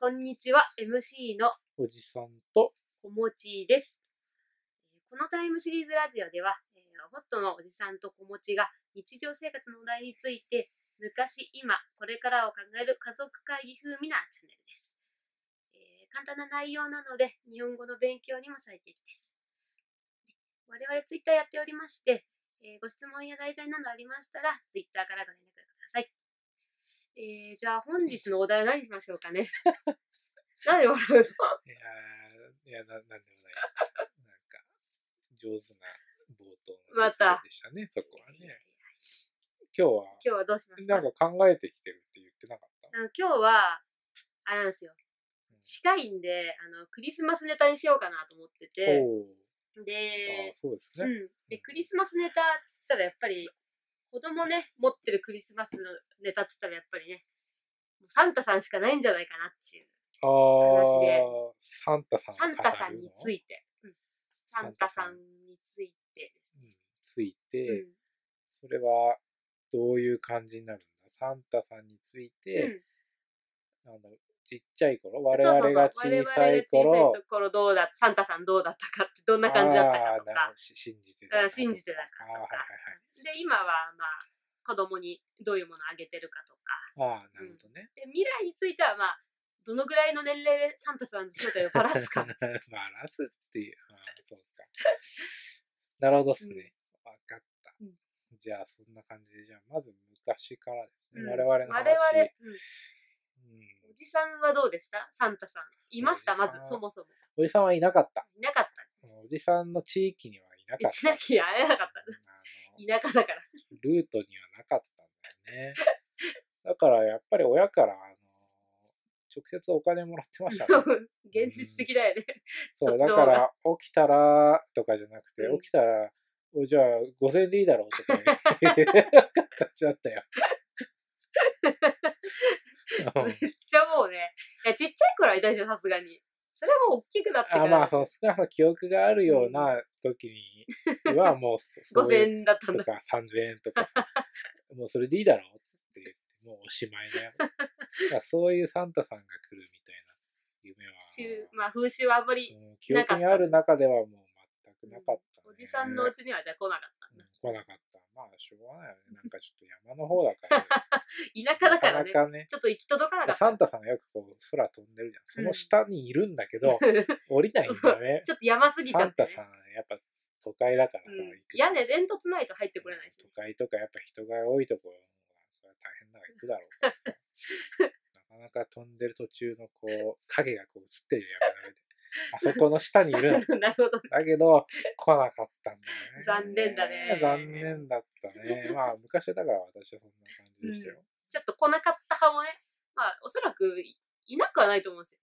こんにちは、MC のおじさんと、こもちです。このタイムシリーズラジオでは、えーホストのおじさんとこもちが日常生活のお題について、昔、今、これからを考える家族会議風味なチャンネルです。えー簡単な内容なので、日本語の勉強にも最適です。我々ツイッターやっておりまして、えーご質問や題材などありましたら、ツイッターからご連絡ください。えーじゃあ本日のお題は何にしましょうかね。 何で笑うのいやー、いや、ななんでもない。なんか、上手な冒頭のまとこたろでしたね、そこはね。今日は、今日はどうしますかなんか考えてきてるって言ってなかったあの今日は、あれなんですよ。近いんで、あの、クリスマスネタにしようかなと思ってて。おーあーで、そうですうね。ん。で、クリスマスネタって言ったらやっぱり、子供ね、持ってるクリスマスのネタって言ったらやっぱりね、もうサンタさんしかないんじゃないかなっていう。あ話でー、サンタさんサンタさんについて。いて。うん。サンタさんについてですうんついね。て、それは、どういう感じになるんだサンタさんについうん。て、なんだろうちっちゃい頃、我そうそうそう々が小さい頃、我々が小さい頃どうだサンタさんどうだったかって、どんな感じだったかとあーなるかほ。どし信じてたかとうか。ん信じてたかとかあで今はまあ子供にどういうものをあげてるかとかーはいはいはい。あーなるほどね。で未来についてはまあどのぐらいの年齢でサンタさんの正体を ばらすかバラすっていう。あーそうか。 なるほどっすね。わ、かったうん。じゃあ、そんな感じで、じゃあ、まず昔からですね。うん我々の話。我々うんうんおじさんはどうでしたサンタさんいましたおじさまんずそもそもおじさんはいなかった。いなかっおじさんの地域にはいなたかうっちた。なきゃ会えなかったあの田舎だからルートにはなかったんだよね。 だから、やっぱり親から、あの直接お金もらってましたね。 現実的だよね、そそう、だっちのか方がら、起きたらとかじゃなくて、うん起きたら、おじゃあ5000円でいいだろうとか 言って、買っちゃったよ。うめっんちゃもうねいやちっちゃい頃はいたでしょさすがにそれはもう大きくなってかあらまあ、その少なくとも記憶があるような時には、も う、そう5000いう円だったんだとか3000円とかさ、もうそれでいいだろうって言って、もうおしま いだよ。だからそういうサンタさんが来るみたいな夢は、しゅまあ風習はあんまりうん記憶にある中ではもう全くなかった、ねおじさんのうちにはじゃあ来なかったんだ来なかった。まあ、しょうがないよね。なんかちょっと山の方だ から。田舎だからねなかなかね。ちょっと行き届かなかったサンタさんがよくこう空飛んでるじゃん。その下にいるんだけ ちど、降りないんだよね。ょっと山すぎちサゃっンて、タねさん、やっぱ都会だからさ、う行んくの、屋根煙突ないと入ってこれないし、都会とかやっぱ人が多いところは大変だから行くだろうか らさなかなか飛んでる途中のこう、影がこう映ってる山の上で。あそこの下にいるの。なるほどだけど、来なかったんだね。残念だね残念だった ね。まあ、昔はだから私はそんな感じでしたよ。ちょっと来なかった派もねまあおそらくいいなくはないと思うんですよ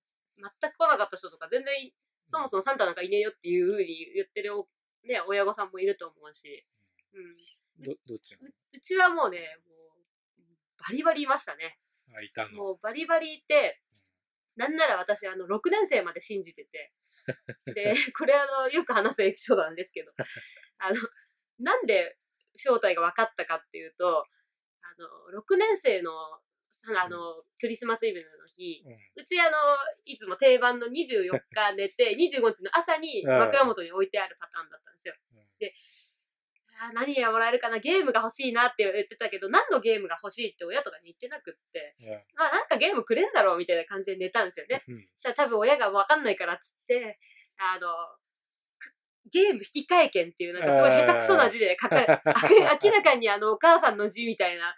全く来なかった人とか全然いそもそもサンタなんかいねえよっていうふうに言ってるお、ね、親御さんもいると思うし、うん、ど、どっちううちはもうねもうバリバリいましたねのあ、いたの。もうバリバリいてなんなら私あの6年生まで信じてて でこれあのよく話すエピソードなんですけどあのなんで正体が分かったかっていうとあの6年生のあのクリスマスイブの日うん。うちあのいつも定番の24日寝 て25日の朝にうん枕元に置いてあるパターンだったんですよ。うんあー何がもらえるかなゲームが欲しいなって言ってたけど何のゲームが欲しいって親とかに言ってなくっていやまあなんかゲームくれんだろうみたいな感じで寝たんですよね。 うんそしたら多分親が分かんないからっつって、あの、くゲーム引換券っていうなんかすごい下手くそな字で書か れ、あ明らかにあのお母さんの字みたいな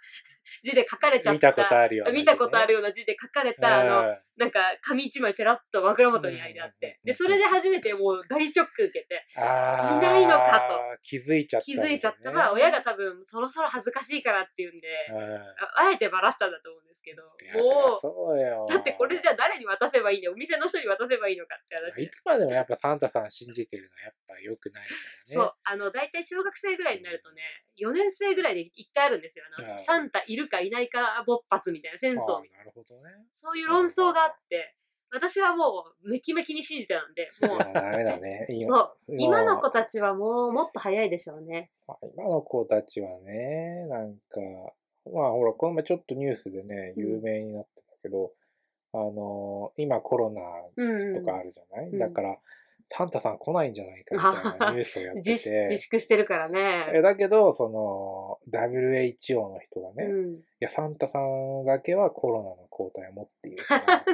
字で書かれちゃった。見たことあるよね。見たことあるような字で書かれた、あの、なんか紙一枚ペラッと枕元に間あって。で、それで初めてもう大ショック受けて、うん。あーいないのか気づいちゃった気んだよづね。いちゃった。まあ親が多分そろそろ恥ずかしいからっていうんで、うん。ああえてバラしたんだと思うんですけど、いやもう、そりゃそうよ。だってこれじゃ誰に渡せばいいのお店の人に渡せばいいのかって話でい。つまでもやっぱサンタさん信じてるのはやっぱ良くないからね。そう、あの、大体小学生ぐらいになるとね、4年生ぐらいで一回あるんですよ。あうの、んサンタいるかいないか勃発みたいな、戦争みたいあーなるほどねな。。そういう論争があって、私はもう、めきめきに信じてたんで、も、いうや、ダメだね。そうもう今の子たちはもう、もっと早いでしょうね。まあ今の子たちはね、なんか、まあほら、この前ちょっとニュースでね、うん有名になってたけど、あのー今コロうんうんナとかあるじゃない、うんだから、サンタさん来ないんじゃないかみたいなニュースをやって自て。粛自粛してるからえね。だけど、その、WHO の人がうね、いん、や、サンタさんだけはコロナの抗体を持ってい るから、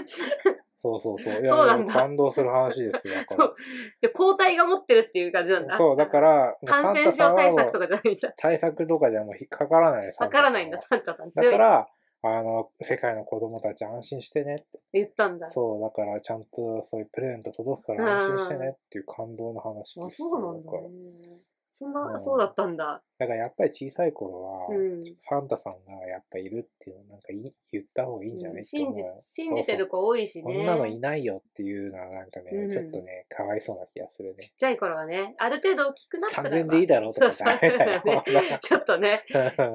そうそうそう。いやそうなんだ感動する話ですよ。だかそらうで抗体が持ってるっていう感じなんだ。そう、だから、感染症対策とかじゃないんだ。対策とかじゃもう引っかからない。わからないんだ、サンサンタさん。タさん強いっはだかてら、あの、世界の子供たち安心してねって。言ったんだ。そう、だから、ちゃんとそういうプレゼント届くから安心してねっていう感動の話あですそようなんだからね。そんな、うんそうだったんだ。だからやっぱり小さい頃は、うんサンタさんがやっぱいるっていうのなんかいい言った方がいいんじゃない、うんって思信うじよ信じてる子多いしこね。んなのいないよっていうのはなんかね、うんちょっとねかわいそうな気がするちねっちゃい頃はね、ある程度大きくなったらば。 3000でいいだろうとかそうダメ だよ3000ねちょっと ね、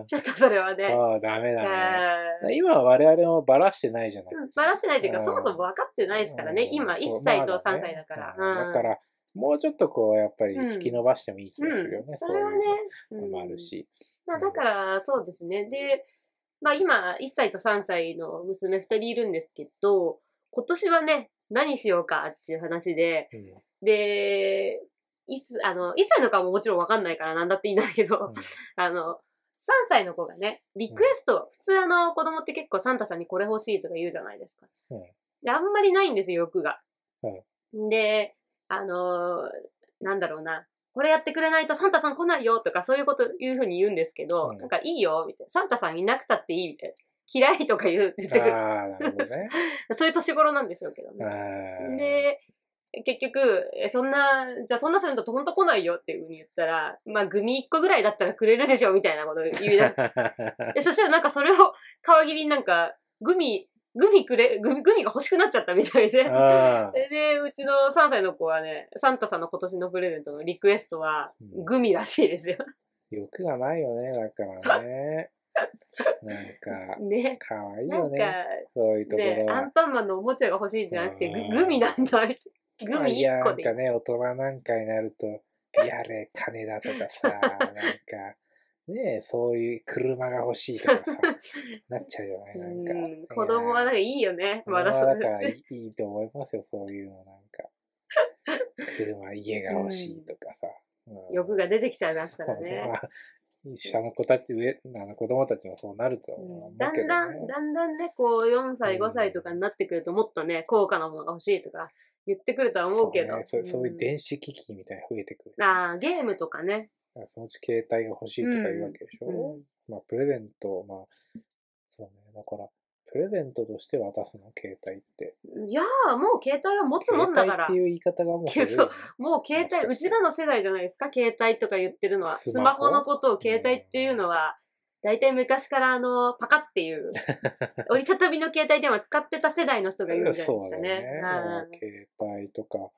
ちょっとそれはね。 そうダメだねうん今は我々もバラしてないじゃない、うんバラしてないといううか、んそもそも分かってないですからね。うん今、そ1う歳とま3ね歳だから。うんうんだからもうちょっとこうやっぱりうん引き伸ばしてもいい気うがんするよね、それはねそういうう、のんもあるし、まあ、だから、そうですね。で、まあ、今、1歳と3歳の娘2人いるんですけど、今年はね、何しようかっていう話で、うんうんで、いつ、あの、1歳の子はもちろんわかんないから何だっていいんだけど、あの、3歳の子がね、リクエスト、普通あの子供って結構サンタさんにこれ欲しいとか言うじゃないですか。うんであんまりないんですよ、欲が。で、あのーなんだろうな、これやってくれないとサンタさん来ないよとかそういうこと、いうふうに言うんですけど、うんなんかいいよ、みたいな。サンタさんいなくたっていい、みたいな。嫌いとか言う言ってくる。ああなるほ どねそういう年頃なんでしょうけどね。うんで、結局、えそんな、じゃあそんなするとほんと来ないよっていうふうに言ったら、まあ、グミ1個ぐらいだったらくれるでしょみたいなことを言い出 して。でそしたらなんかそれを 皮切りになんか、グミ、グミくれ、グミグミが欲しくなっちゃったみたいで。あーでで、うちの3歳の子はね、サンタさんの今年のプレゼントのリクエストはう、んグミらしいですよ。欲がないよね、だからね。なん か、ね。かわいいなんよか、ね、そういうとこねろ、アはン。パンマンのおもちゃが欲しいんじゃなくて、うんググミなんだ、 みたいなグまあいミや、 1な個んでかね、大人なんかになると、やれ、金だと かさ、なんか、ねそういう車が欲しいとかさ、なっちゃうよ ね、なんか。うん子供はなんかいいいよね、やーまだ子そ供はれだからって。いいいいと思いますよ、そういうの、なんか。車、家が欲しいとかさ。うん 欲が出てきちゃいますからまね。あ下の子たち、上、あの子供たちもそうなるとは思ううんけどだねんだん、だんだんね、こう、4歳、うん5歳とかになってくると、もっとね、高価なものが欲しいとか言ってくるとは思うけど。そう,、ね、そうそういんう電子機器みたいなの増えてくる。ああ、ゲームとかね。だからそのうち携帯が欲しいとかいうわけでしょ、うんまあ、プレゼント、まあ、そうね。だから、プレゼントとして渡すの、携帯って。いやー、もう携帯は持つもんだから携帯って。いう言い方がもう古いけよどね、もう携帯、うちらの世代じゃないですか、携帯とか言ってるのは。ススママホホのことを携帯っていうのは、大体昔からあの、パカって いう、折りたたみの携帯電話使ってた世代の人が言うんじゃないですそかうだねね。。まあ携帯とか、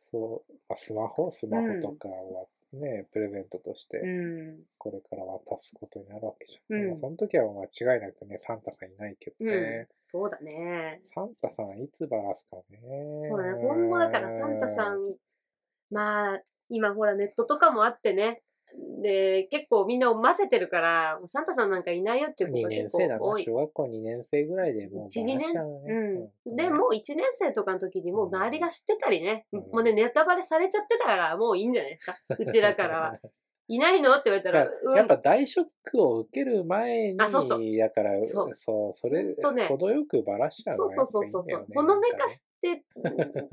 そう、まあ、スマホ、スマホとかはね、プレゼントとしうて、ん。これから渡すことになるわけじゃん。うんまあその時は間違いなくね、サンタさんいないけどね。うんそうだね。サンタさんいつバラすかね。そうだね。今後だからサンタさん、まあ、今ほらネットとかもあってね。で、結構みんなを混ぜてるから、もうサンタさんなんかいないよっていうことが2年結生だな。構多い。小学校2年生ぐらいでもう1 2バラしちゃうん。ねで、もう1年生とかの時にもう周りが知ってたりね、うんもうね、ネタバレされちゃってたから、もういいんじゃない ですか。うちらからは。いないのって言われただら、かうらん。やっぱ大ショックを受ける前に、あそうそうだから、そそうう、それほんとね、程よくバラしちゃうそのうがそやうっぱそういいそうそうんだよね。。ほのめかして、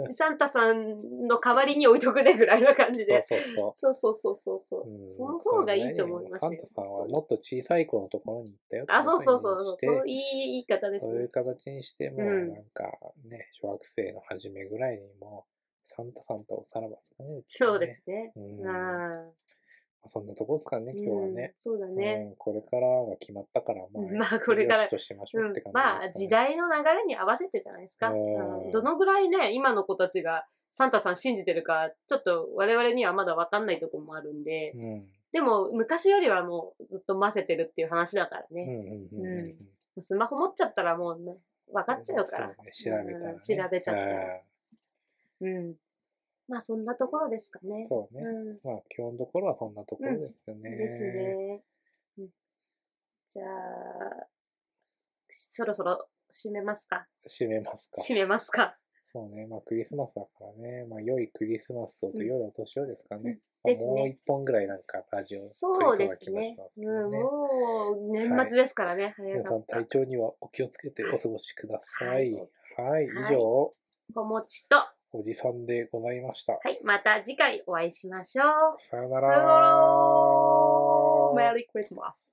うんサンタさんの代わりに置いとくねぐらいな感じなんで。かね。そうそそうそう。うそうそうそうそう。うんその方がいいと思いますよサンタさんはもっと小さい子のところに行ったよあ、そうそうそうそうっ、ていそうういい言い方ですそういねう。形にして、もううんなんかね、小学生の初めぐらいにもう、サンタさんとおさらばですかね。ちそはねうですね。うんあそんなとこですかあ、ね、今日はね。うん。そうだね。うん、これからが決まったから、まあ、まあこれからよしとしましょううんって感じ、まあ時。代の流れに合わせてじゃないですか。うんうんどのぐらいね、今の子たちがサンタさん信じてるか、ちょっと我々にはまだわかんないとこもあるんでう、ん。うんでも昔よりはもうずっと混ぜてるっていう話だからうんね。うんうんうんうんスマホ持っちゃったらもうね、分かっちゃうから。そうね調べたら、ねうん調べちゃったらあうん。まあそんなところですかねー。そううね。ん。まあ、基本のところはそんなところですよね。ですね。うんじゃあ、そろそろ閉めますか閉めますか。閉めますかそうね。まあ、クリスマスだからね。まあ、良いクリスマスをとうん良いお年をですかね。うんまあですねもう一本ぐらいなんかラジオそう撮りでそうな気すもねしますけうどん、ね。もう年末ですからね、早皆かさんっ体た調にはお気をつけてお過ごしください。はい、はい以上、お子持ちとはじさんでございました。いまた次回お会いしましょうさよなさよなら。メリークリスマス